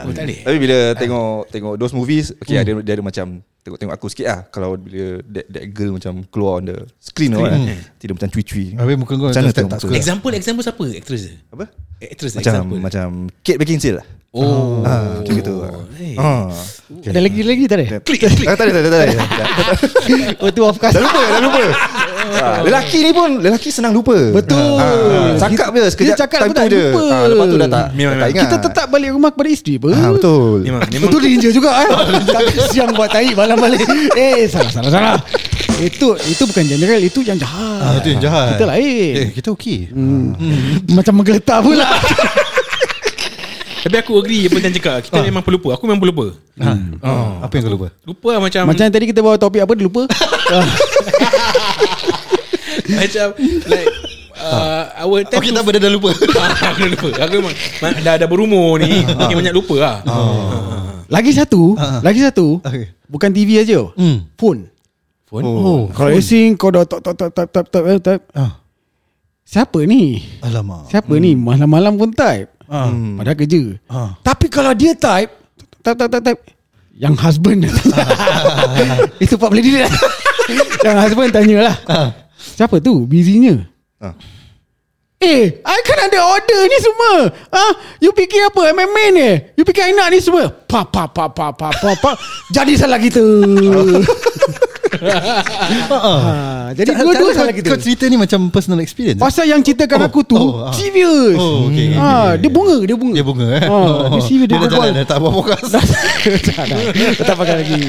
[SPEAKER 5] Oh, tak boleh.
[SPEAKER 2] Tapi bila tengok tengok those movies, okay, ada dia ada macam tengok-tengok aku sikit lah kalau bila that, that girl macam keluar on the screen, tu kan. Tidak macam cui-cui.
[SPEAKER 1] Habis muka kau
[SPEAKER 2] Macam
[SPEAKER 1] macam
[SPEAKER 2] mana
[SPEAKER 1] tak
[SPEAKER 2] tengok
[SPEAKER 1] tak
[SPEAKER 2] muka?
[SPEAKER 1] suka
[SPEAKER 5] Example, example siapa? Actress dia?
[SPEAKER 2] Apa?
[SPEAKER 5] Actress
[SPEAKER 2] Macam
[SPEAKER 5] example.
[SPEAKER 2] macam Kate Beckinsale lah.
[SPEAKER 5] Oh.
[SPEAKER 2] Ah, macam gitu.
[SPEAKER 5] Hey.
[SPEAKER 2] Ah.
[SPEAKER 4] Ada lagi lagi tak ada?
[SPEAKER 5] Klik, klik.
[SPEAKER 2] Ah, tak ada, tak ada, tak ada.
[SPEAKER 4] Oh tu of course.
[SPEAKER 2] Dah lupa, dah lupa. Ah, lelaki ni pun Lelaki senang lupa
[SPEAKER 4] Betul.
[SPEAKER 2] ah, Cakap je sekejap
[SPEAKER 4] Dia cakap
[SPEAKER 2] time
[SPEAKER 4] lepas
[SPEAKER 2] tu
[SPEAKER 4] tak
[SPEAKER 2] je.
[SPEAKER 4] lupa.
[SPEAKER 2] Ah, Lepas tu
[SPEAKER 5] Memang,
[SPEAKER 2] dah tak, dah tak
[SPEAKER 5] memang.
[SPEAKER 2] ingat
[SPEAKER 4] Kita tetap balik rumah kepada isteri apa?
[SPEAKER 2] ah, Betul
[SPEAKER 5] Memang, memang.
[SPEAKER 4] Itu danger juga eh. Siang buat tahi malam balik. Eh salah salah salah. Itu itu bukan general, itu yang
[SPEAKER 1] Ah,
[SPEAKER 4] jahat.
[SPEAKER 1] Itu yang jahat
[SPEAKER 4] Kita lain. Hmm.
[SPEAKER 1] Eh kita okey
[SPEAKER 4] Macam menggeletar pula.
[SPEAKER 5] Tapi aku agree apa yang cakap.
[SPEAKER 2] Ah.
[SPEAKER 5] Kita memang pelupa. Aku memang pelupa.
[SPEAKER 1] Ah, Apa yang kau lupa?
[SPEAKER 5] Lupa lah macam
[SPEAKER 4] Macam tadi kita bawa topik apa dia lupa.
[SPEAKER 5] macam like uh, our time
[SPEAKER 1] Okey tak apa dia dah lupa
[SPEAKER 5] aku dah lupa. Aku memang ma- dah dah berumur ni,
[SPEAKER 1] Ah,
[SPEAKER 5] makin banyak lupa lah.
[SPEAKER 4] Lagi satu, lagi satu.
[SPEAKER 1] Okay.
[SPEAKER 4] Bukan TV aja.
[SPEAKER 1] Ah. Hmm.
[SPEAKER 4] Phone.
[SPEAKER 5] Phone.
[SPEAKER 4] Oh, kalau asing kau dah tap tap tap tap tap tap eh, tap.
[SPEAKER 1] Ah.
[SPEAKER 4] Siapa ni?
[SPEAKER 1] Alamak
[SPEAKER 4] Siapa ni malam-malam pun type? Hmm. Padahal kerja.
[SPEAKER 1] Ah.
[SPEAKER 4] Tapi kalau dia type, type type type, type yang husband itu pak boleh delete lah. yang husband tanyalah. Siapa tu? Busynya.
[SPEAKER 2] Ah.
[SPEAKER 4] Eh, I kan ada order ni semua. Ah, you fikir apa? MMA ni? You fikir I nak ni semua? Pa pa pa pa pa pa pa. Jadi salah kita. Ah, jadi
[SPEAKER 1] Jadi
[SPEAKER 4] dua-dua
[SPEAKER 1] kau,
[SPEAKER 4] salah kita.
[SPEAKER 1] kau cerita ni macam personal experience
[SPEAKER 4] Pasal yang ceritakan
[SPEAKER 1] Oh,
[SPEAKER 4] aku tu
[SPEAKER 1] oh, ah.
[SPEAKER 4] Serious
[SPEAKER 1] Oh, okay, okay, okay.
[SPEAKER 4] Ah, Dia bunga Dia bunga
[SPEAKER 1] Dia bunga eh
[SPEAKER 4] Ah, Dia serious Dia,
[SPEAKER 1] dah
[SPEAKER 4] berbual.
[SPEAKER 1] jalan eh? dah tak buat fokus
[SPEAKER 4] Dah- tak, dah. tak pakai lagi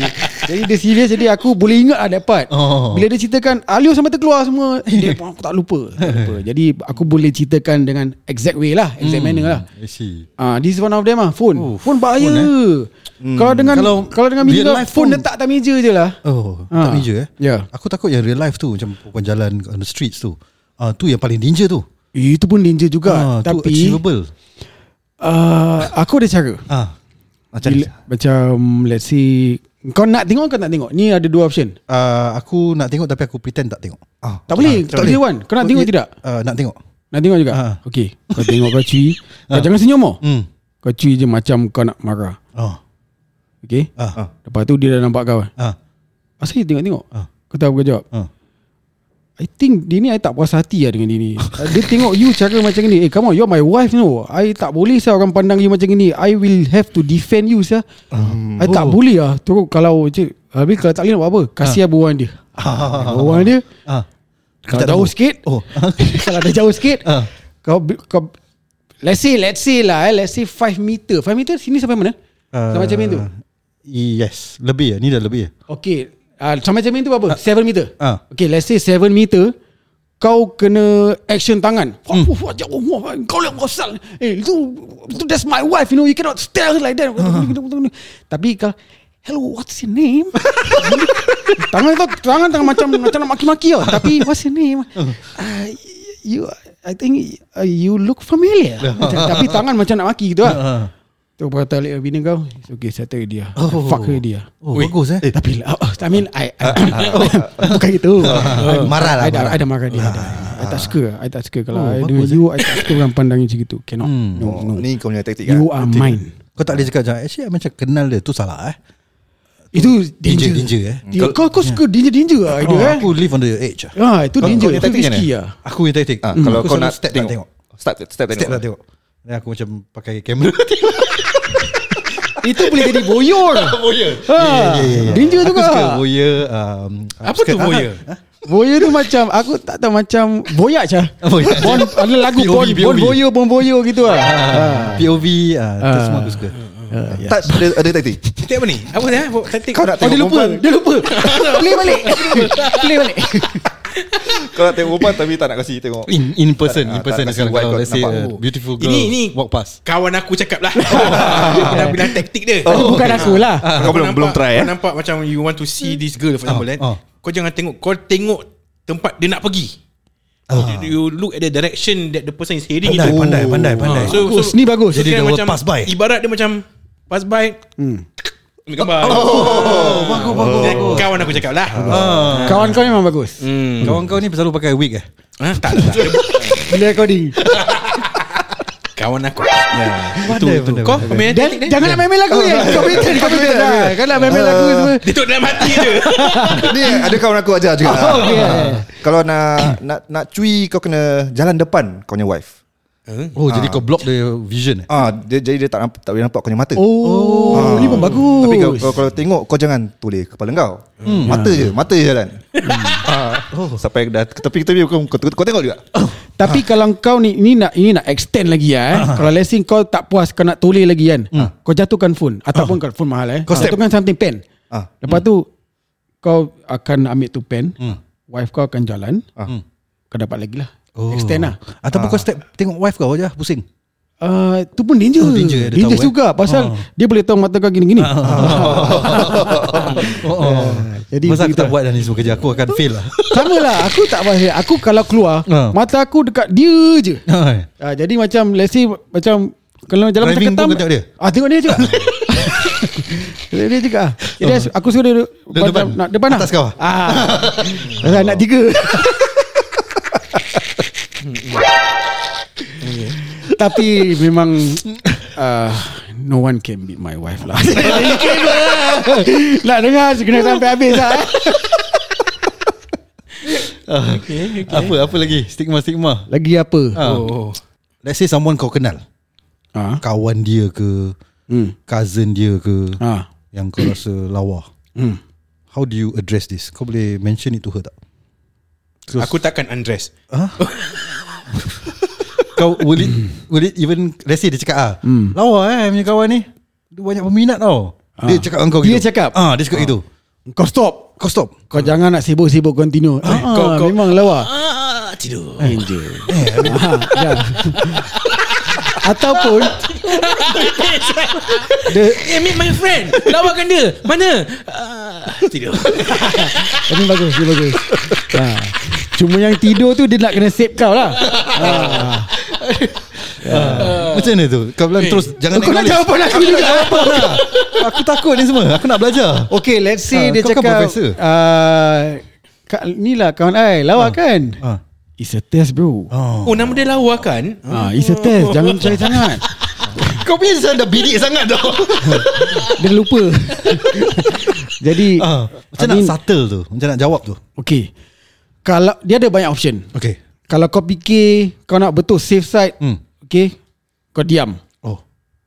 [SPEAKER 4] Jadi dia serius Jadi aku boleh ingat lah that part
[SPEAKER 1] Oh.
[SPEAKER 4] Bila dia ceritakan Alio sampai terkeluar semua Eh, Dia pun aku tak lupa, tak lupa. Jadi aku boleh ceritakan Dengan exact way lah Exact
[SPEAKER 1] Hmm.
[SPEAKER 4] manner lah
[SPEAKER 1] I see
[SPEAKER 4] Ah, this is one of them ah phone. Oh, phone bahaya. Hmm. Kalau dengan kalau,
[SPEAKER 1] eh? Kalau
[SPEAKER 4] kalau dengan bini
[SPEAKER 1] real
[SPEAKER 4] kau, phone,
[SPEAKER 1] life
[SPEAKER 4] phone
[SPEAKER 1] phone-
[SPEAKER 4] letak atas meja je lah.
[SPEAKER 1] Oh,
[SPEAKER 4] Ah.
[SPEAKER 1] ha. tak meja eh.
[SPEAKER 4] Ya.
[SPEAKER 1] Aku takut yang real life tu macam perempuan jalan on the streets tu. Ah tu yang paling danger tu.
[SPEAKER 4] Eh, Itu pun danger juga.
[SPEAKER 1] Ah, tu
[SPEAKER 4] tapi
[SPEAKER 1] achievable.
[SPEAKER 4] ah, aku ada cara.
[SPEAKER 1] Ah.
[SPEAKER 2] Macam
[SPEAKER 4] Bila, macam let's say kau nak tengok kau tak tengok. Ni ada dua option.
[SPEAKER 1] ah, aku nak tengok tapi aku pretend tak tengok. Ah.
[SPEAKER 4] Tak boleh, tak boleh Wan. Kau nak tengok
[SPEAKER 1] Eh,
[SPEAKER 4] tidak?
[SPEAKER 1] Ah, nak tengok.
[SPEAKER 4] Nak tengok juga.
[SPEAKER 1] Ah.
[SPEAKER 4] Okey, kau tengok kau cuy. Kau jangan senyum oh.
[SPEAKER 1] Hmm.
[SPEAKER 4] Kau cuy je macam kau nak marah.
[SPEAKER 1] Oh.
[SPEAKER 4] Okey.
[SPEAKER 1] Ah.
[SPEAKER 4] Lepas tu dia dah nampak kau.
[SPEAKER 1] Ah.
[SPEAKER 4] Asal dia tengok-tengok?
[SPEAKER 1] Ah.
[SPEAKER 4] Kau tahu apa kau jawab?
[SPEAKER 1] Ah.
[SPEAKER 4] I think dia ni I tak puas hati lah dengan dia ni Dia tengok you cara macam ni Eh come on you're my wife no I tak boleh sah orang pandang you macam ni I will have to defend you sah I tak boleh lah Teruk kalau je Habis kalau tak boleh nak buat apa Kasih uh. buang dia
[SPEAKER 1] Ha.
[SPEAKER 4] uh. Buang dia
[SPEAKER 1] Ah.
[SPEAKER 4] Kalau
[SPEAKER 1] Tak
[SPEAKER 4] jauh
[SPEAKER 1] tahu.
[SPEAKER 4] sikit
[SPEAKER 1] Oh.
[SPEAKER 4] Kalau dah jauh sikit
[SPEAKER 1] Ah.
[SPEAKER 4] Kau kau Let's say Let's say lah eh, Let's say 5 meter 5 meter sini sampai mana?
[SPEAKER 1] Ah,
[SPEAKER 4] sampai macam ni tu
[SPEAKER 1] Yes, lebih ya. Ni dah lebih ya.
[SPEAKER 4] Okay uh, Sama macam main tu berapa? 7 meter
[SPEAKER 1] Ah.
[SPEAKER 4] Okay let's say 7 meter Kau kena action tangan hmm. Kau lihat kau sal Eh tu, tu That's my wife You know You cannot stare like that
[SPEAKER 1] Ah.
[SPEAKER 4] Tapi kalau Hello what's your name Tangan tu Tangan tangan macam Macam nak maki-maki lah Tapi what's your name
[SPEAKER 1] Hmm.
[SPEAKER 4] uh, You I think uh, You look familiar macam, Tapi tangan macam nak maki gitu lah
[SPEAKER 1] Ah.
[SPEAKER 4] Tu kata balik bini kau It's okay settle dia
[SPEAKER 1] Oh.
[SPEAKER 4] Fuck her dia
[SPEAKER 1] Oh, bagus eh.
[SPEAKER 4] Eh, tapi lah, oh, I mean, I, I bukan gitu. Ah,
[SPEAKER 1] Marah lah,
[SPEAKER 4] I, dah-
[SPEAKER 1] marah.
[SPEAKER 4] I, dah marah dia. I, dah. I tak suka. I tak suka kalau
[SPEAKER 1] Oh,
[SPEAKER 4] I do
[SPEAKER 1] bagus,
[SPEAKER 4] you, I tak suka orang pandang you macam gitu. Cannot. No,
[SPEAKER 2] Oh,
[SPEAKER 4] no.
[SPEAKER 2] Ni kan, kau punya taktik
[SPEAKER 4] You are mine.
[SPEAKER 1] Kau tak boleh cakap macam Actually I macam kenal dia Tu salah eh
[SPEAKER 4] Itu danger.
[SPEAKER 1] danger, eh.
[SPEAKER 4] Dia- Kau kau suka danger-danger lah
[SPEAKER 1] oh,
[SPEAKER 4] idea eh.
[SPEAKER 1] Aku live on the edge ah.
[SPEAKER 4] Ah, itu
[SPEAKER 2] Kau-
[SPEAKER 4] danger.
[SPEAKER 2] kau ni
[SPEAKER 4] Itu
[SPEAKER 2] taktik
[SPEAKER 4] risky
[SPEAKER 2] macam
[SPEAKER 4] lah.
[SPEAKER 1] Aku yang taktik
[SPEAKER 2] Ah, Kalau
[SPEAKER 1] Aku
[SPEAKER 2] kau
[SPEAKER 1] selalu
[SPEAKER 2] nak
[SPEAKER 1] step tak tengok Ah,
[SPEAKER 2] Step step
[SPEAKER 1] Step tak
[SPEAKER 2] tengok
[SPEAKER 1] tengok Dan aku macam pakai kamera
[SPEAKER 4] Itu boleh jadi boyor.
[SPEAKER 5] Oh, ya?
[SPEAKER 1] Boyer
[SPEAKER 4] Ha,
[SPEAKER 1] ya,
[SPEAKER 4] Danger
[SPEAKER 1] Aku
[SPEAKER 4] juga.
[SPEAKER 1] suka Boyer um,
[SPEAKER 5] Apa tu voyeur?
[SPEAKER 1] lah, eh?
[SPEAKER 4] Boyer tu macam Aku tak tahu macam Boyak je
[SPEAKER 1] Boyak.
[SPEAKER 4] Bon, Ada lagu
[SPEAKER 1] POV,
[SPEAKER 4] Bon, bon
[SPEAKER 1] POV.
[SPEAKER 4] Boyer Bon Boyer gitu lah
[SPEAKER 1] Ah, POV ah, tu
[SPEAKER 4] Ah.
[SPEAKER 1] semua aku suka
[SPEAKER 2] Tak ada ada taktik
[SPEAKER 5] Taktik apa ni? Apa dah? Taktik
[SPEAKER 2] Kau nak
[SPEAKER 4] Oh dia
[SPEAKER 2] tengok
[SPEAKER 4] lupa
[SPEAKER 2] perempuan
[SPEAKER 4] Dia lupa Play balik Play balik
[SPEAKER 2] Kau nak tengok perempuan Tapi tak nak kasi tengok
[SPEAKER 1] In in person, in
[SPEAKER 2] Tak, tak,
[SPEAKER 1] person
[SPEAKER 2] tak,
[SPEAKER 1] sekarang
[SPEAKER 2] tak,
[SPEAKER 1] kalau
[SPEAKER 2] tak,
[SPEAKER 1] let's say
[SPEAKER 2] nampak.
[SPEAKER 1] a beautiful girl
[SPEAKER 5] Ini ini
[SPEAKER 1] walk past.
[SPEAKER 5] Kawan aku cakap lah Dia dah bilang taktik dia
[SPEAKER 1] Oh,
[SPEAKER 4] Tapi bukan aku lah
[SPEAKER 2] Kau belum belum
[SPEAKER 5] Kau
[SPEAKER 2] try eh
[SPEAKER 5] nampak macam You want to see this girl For example
[SPEAKER 1] Ah,
[SPEAKER 5] eh,
[SPEAKER 1] ah.
[SPEAKER 5] Kau jangan tengok Kau tengok Tempat dia nak pergi You- You look at the direction That the person is heading
[SPEAKER 1] Ah. Pandai,
[SPEAKER 5] itu.
[SPEAKER 1] pandai, pandai, pandai.
[SPEAKER 5] So,
[SPEAKER 4] Bagus, ni bagus.
[SPEAKER 1] Ah. Jadi
[SPEAKER 5] kan
[SPEAKER 1] dia will pass by.
[SPEAKER 5] Ibarat dia macam Pass by hmm. Ambil gambar
[SPEAKER 1] Oh, bagus, bagus. Ah.
[SPEAKER 5] Dan Kawan aku cakap lah
[SPEAKER 4] Kawan kau memang bagus
[SPEAKER 5] hmm.
[SPEAKER 1] Kawan kau ni selalu pakai wig eh?
[SPEAKER 5] ha, Tak lah tak.
[SPEAKER 4] Bila recording
[SPEAKER 5] Kawan aku
[SPEAKER 2] Ya.
[SPEAKER 5] yeah. Itu,
[SPEAKER 1] Pandai,
[SPEAKER 5] itu.
[SPEAKER 1] pandai,
[SPEAKER 5] Kau
[SPEAKER 1] pandai.
[SPEAKER 5] pemain
[SPEAKER 4] Dan,
[SPEAKER 5] taktik dia
[SPEAKER 4] Jangan nak main-main lagu ni Kau main Kau main Kau nak main-main lagu semua
[SPEAKER 5] Dia tu dalam hati dia
[SPEAKER 2] Ni ada kawan aku ajar juga
[SPEAKER 4] Oh, okay.
[SPEAKER 2] Ah. Kalau nak Nak nak cui Kau kena Jalan depan Kau punya wife
[SPEAKER 1] Oh,
[SPEAKER 5] Ah.
[SPEAKER 1] jadi kau block the vision eh?
[SPEAKER 2] Ah, dia, jadi dia tak nampak, tak boleh nampak kau punya mata.
[SPEAKER 4] Oh Ni pun bagus
[SPEAKER 2] Tapi kalau, kalau, kalau tengok kau jangan toleh kepala kau. Hmm. Mata je, mata je jalan. Ah, Sampai dah tepi tepi kau, kau, kau tengok juga.
[SPEAKER 4] Tapi kalau kau ni ni nak ini nak extend lagi ah. Eh. Kalau let's say kau tak puas kau nak toleh lagi kan. Kau jatuhkan phone ataupun kau phone mahal eh. Kau jatuhkan something pen.
[SPEAKER 2] Ah.
[SPEAKER 4] Lepas tu kau akan ambil tu pen. Wife kau akan jalan. Hmm. Kau dapat lagi lah. Extend lah.
[SPEAKER 1] Oh. Ataupun kau step tengok wife kau aja pusing.
[SPEAKER 4] Uh, tu pun danger
[SPEAKER 1] Oh, danger, dia
[SPEAKER 4] Danger
[SPEAKER 1] tahu, eh.
[SPEAKER 4] juga Pasal dia boleh tahu mata kau gini-gini
[SPEAKER 1] Oh, oh.
[SPEAKER 4] Jadi
[SPEAKER 1] Masa aku
[SPEAKER 4] begitu
[SPEAKER 1] tak buat dah ni semua kerja Aku akan fail lah
[SPEAKER 4] Sama lah Aku tak pasal Aku kalau keluar
[SPEAKER 1] Ah.
[SPEAKER 4] Mata aku dekat dia je Ah, jadi macam let's say macam kalau jalan macam
[SPEAKER 1] Driving
[SPEAKER 4] ketam.
[SPEAKER 1] pun kau tengok dia?
[SPEAKER 4] Ah tengok dia juga. Tengok dia juga. Jadi aku suruh dia
[SPEAKER 1] Dia Oh.
[SPEAKER 4] macam
[SPEAKER 1] depan?
[SPEAKER 4] nak depan
[SPEAKER 1] Atas kau? Oh.
[SPEAKER 4] lah. Ah. Pasal nak tiga. Tapi memang uh, no one can beat my wife lah.
[SPEAKER 1] lah.
[SPEAKER 4] nak dengar kena sampai habis lah. eh.
[SPEAKER 1] okay, okay. Apa apa lagi Stigma-stigma
[SPEAKER 4] Lagi apa?
[SPEAKER 1] Ah. Let's say someone kau kenal
[SPEAKER 4] Oh. Ah.
[SPEAKER 1] Kawan dia ke
[SPEAKER 4] Hmm.
[SPEAKER 1] Cousin dia ke
[SPEAKER 4] Ah.
[SPEAKER 1] Yang kau rasa lawa
[SPEAKER 4] Hmm.
[SPEAKER 1] How do you address this Kau boleh mention it to her tak
[SPEAKER 5] Aku takkan undress
[SPEAKER 1] Kau will it, will it even Let's say dia cakap ah, Lawa eh punya kawan ni Dia banyak peminat tau Dia cakap dengan kau
[SPEAKER 4] Dia
[SPEAKER 1] gitu.
[SPEAKER 4] cakap?
[SPEAKER 1] ah, Dia cakap gitu
[SPEAKER 4] Kau stop.
[SPEAKER 1] Kau stop
[SPEAKER 4] Kau jangan nak sibuk-sibuk continue. Ah, kau,
[SPEAKER 5] kau-
[SPEAKER 4] kau,
[SPEAKER 5] kau-
[SPEAKER 4] memang lawa.
[SPEAKER 5] ah, Tidur
[SPEAKER 4] Angel. Ah, ya. Ataupun the,
[SPEAKER 5] Yeah, meet my friend Lawakan dia Mana Ah, Tidur
[SPEAKER 4] Ini bagus Ini bagus ha. Cuma yang tidur tu Dia nak kena save kau lah ha.
[SPEAKER 1] Macam mana tu Kau bilang terus Jangan
[SPEAKER 4] Kau nak
[SPEAKER 1] acknowledge.
[SPEAKER 4] jawapan aku juga
[SPEAKER 1] Apa lah Aku takut ni semua Aku nak belajar
[SPEAKER 4] Okay let's
[SPEAKER 1] Ah,
[SPEAKER 4] say Dia
[SPEAKER 1] kau kan
[SPEAKER 4] cakap
[SPEAKER 1] professor.
[SPEAKER 4] uh, Kak, ni lah kawan I Lawa kan
[SPEAKER 1] ah.
[SPEAKER 4] It's a test bro ah,
[SPEAKER 5] Oh nama dia lawakan
[SPEAKER 4] It's a test Jangan percaya sangat
[SPEAKER 1] Kau punya saya dah bidik sangat tau
[SPEAKER 4] Dia lupa Jadi
[SPEAKER 1] ah, Macam
[SPEAKER 4] I
[SPEAKER 1] nak
[SPEAKER 4] mean,
[SPEAKER 1] subtle tu Macam nak jawab tu
[SPEAKER 4] Okay Kalau Dia ada banyak option
[SPEAKER 1] Okay
[SPEAKER 4] Kalau kau fikir Kau nak betul safe side
[SPEAKER 1] Hmm.
[SPEAKER 4] Okay Kau diam
[SPEAKER 1] Oh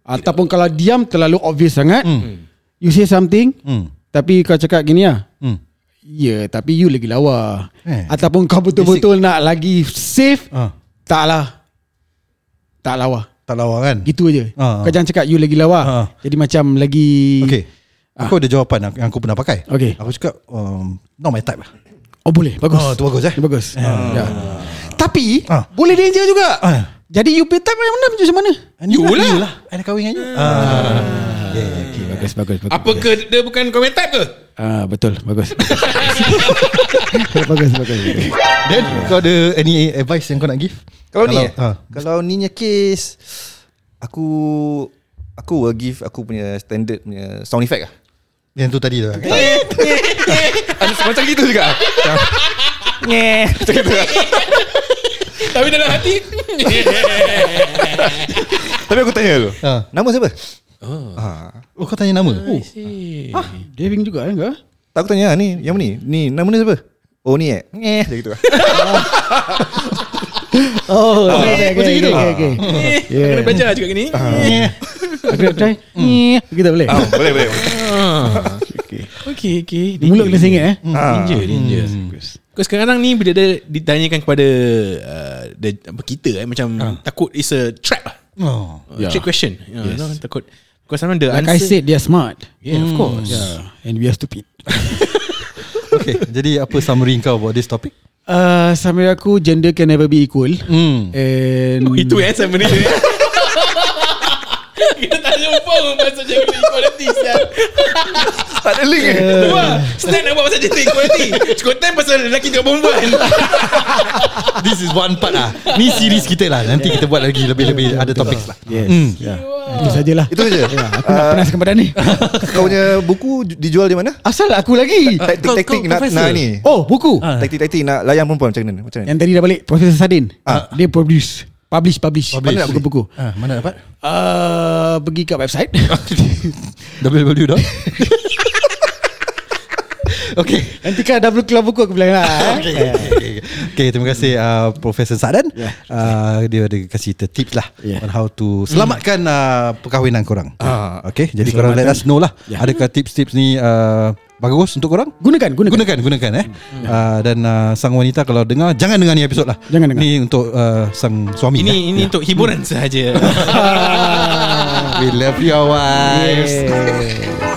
[SPEAKER 4] Ataupun kalau diam Terlalu obvious sangat
[SPEAKER 1] Hmm.
[SPEAKER 4] You say something
[SPEAKER 1] Hmm.
[SPEAKER 4] Tapi kau cakap gini lah
[SPEAKER 1] Hmm.
[SPEAKER 4] Ya yeah, tapi you lagi lawa
[SPEAKER 1] Eh.
[SPEAKER 4] Ataupun kau betul-betul nak lagi safe
[SPEAKER 1] Ah.
[SPEAKER 4] Tak lah Tak lawa
[SPEAKER 1] Tak lawa kan
[SPEAKER 4] Gitu je
[SPEAKER 1] Ah, ah.
[SPEAKER 4] Kau jangan cakap you lagi lawa
[SPEAKER 1] Ah, ah.
[SPEAKER 4] Jadi macam lagi
[SPEAKER 1] Okay Ah. Aku ada jawapan yang aku pernah pakai
[SPEAKER 4] Okay.
[SPEAKER 1] Aku cakap um, Not my type lah
[SPEAKER 4] Oh boleh bagus
[SPEAKER 1] Oh, tu bagus, eh?
[SPEAKER 4] Itu Bagus yeah. Tapi
[SPEAKER 1] Ah.
[SPEAKER 4] Boleh danger juga
[SPEAKER 1] Ah.
[SPEAKER 4] Jadi you punya time mana macam mana
[SPEAKER 1] You lah You lah Ada kahwin dengan you ah. yeah, okay.
[SPEAKER 4] Bagus bagus bagus
[SPEAKER 5] Apa ke dia bukan komen type ke?
[SPEAKER 4] Ah betul bagus. bagus bagus. bagus.
[SPEAKER 1] Then kau ada any advice yang kau nak give
[SPEAKER 2] Kalau, ni eh,
[SPEAKER 1] ah.
[SPEAKER 2] kalau ni nya case aku aku will give aku punya standard punya sound effect lah.
[SPEAKER 1] Yang tu tadi tu
[SPEAKER 2] Ah, Macam gitu juga.
[SPEAKER 5] Tapi dalam hati
[SPEAKER 2] Tapi aku tanya dulu.
[SPEAKER 1] Ah.
[SPEAKER 2] Ha. Nama siapa?
[SPEAKER 1] Oh kau tanya nama oh.
[SPEAKER 4] Ah, diving juga eh kau?
[SPEAKER 2] Tak aku tanya lah, ni yang ni. Ni nama ni siapa? Oh ni eh. Ngeh macam gitu.
[SPEAKER 4] Oh, okay, okay, macam gitu. Okay, okay.
[SPEAKER 5] yeah. Ah. Kena belajar juga gini
[SPEAKER 4] Aku nak try. Kita boleh.
[SPEAKER 2] Ah, boleh boleh.
[SPEAKER 5] Ah. Okay okay
[SPEAKER 4] Mulut kena sengit eh.
[SPEAKER 5] Danger danger Hmm. Kau sekarang ni Bila dia ditanyakan kepada uh, the, apa, Kita eh Macam
[SPEAKER 2] Ha.
[SPEAKER 5] Takut is a trap lah
[SPEAKER 1] Oh.
[SPEAKER 2] Ya.
[SPEAKER 5] yeah. Trick question yeah, yes. no, Takut Because sometimes the
[SPEAKER 4] Like I
[SPEAKER 5] answer
[SPEAKER 4] said, they are smart. Hmm.
[SPEAKER 5] Yeah of course
[SPEAKER 4] Yeah, and we are stupid.
[SPEAKER 1] Okay Jadi apa summary kau About this topic
[SPEAKER 4] Uh, summary aku Gender can never be equal mm. And
[SPEAKER 5] Oh, itu eh sama ni. Kita tak jumpa pun pasal gender equality sial.
[SPEAKER 2] Tak ada link eh.
[SPEAKER 5] Wah, stand nak buat pasal gender equality. Cukup time pasal lelaki dengan perempuan.
[SPEAKER 1] This is one part lah Ni series kita lah Nanti kita buat lagi Lebih-lebih Ada topik lah
[SPEAKER 4] Yes mm. yeah. Itu sajalah
[SPEAKER 2] Itu uh, je.
[SPEAKER 4] yeah, Aku nak penas kepada ni
[SPEAKER 2] Kau punya buku ju- dijual di mana?
[SPEAKER 4] Asal aku lagi
[SPEAKER 2] Ah,
[SPEAKER 1] kau-
[SPEAKER 2] Taktik-taktik
[SPEAKER 1] kau
[SPEAKER 2] nak, nak
[SPEAKER 1] profesor?
[SPEAKER 2] ni.
[SPEAKER 4] Oh buku
[SPEAKER 1] Ah.
[SPEAKER 2] Taktik-taktik nak layan perempuan macam mana? Macam mana?
[SPEAKER 4] Yang tadi dah balik Profesor Sadin
[SPEAKER 2] Ah.
[SPEAKER 4] Dia produce Publish Publish,
[SPEAKER 1] Publish.
[SPEAKER 4] Mana nak buku-buku
[SPEAKER 1] ah, Mana dapat?
[SPEAKER 4] uh, Pergi kat website
[SPEAKER 1] www dot Okay
[SPEAKER 4] Nanti kan dah keluar buku Aku bilang lah eh.
[SPEAKER 1] Okay, okay. okay, terima kasih uh, Profesor Sadan. Uh, dia ada kasih kita tips lah
[SPEAKER 4] Yeah.
[SPEAKER 1] on how to selamatkan uh, perkahwinan korang.
[SPEAKER 2] Ah.
[SPEAKER 1] okay, jadi korang let us know lah. Adakah tips-tips ni uh, bagus untuk korang?
[SPEAKER 4] Gunakan Gunakan, gunakan.
[SPEAKER 1] Gunakan, gunakan eh. Uh, dan uh, sang wanita kalau dengar jangan dengar ni episod lah.
[SPEAKER 4] Jangan dengar.
[SPEAKER 1] Ni untuk uh, sang suami.
[SPEAKER 5] Ini
[SPEAKER 1] eh.
[SPEAKER 5] ini untuk hiburan sahaja.
[SPEAKER 1] We love your wives.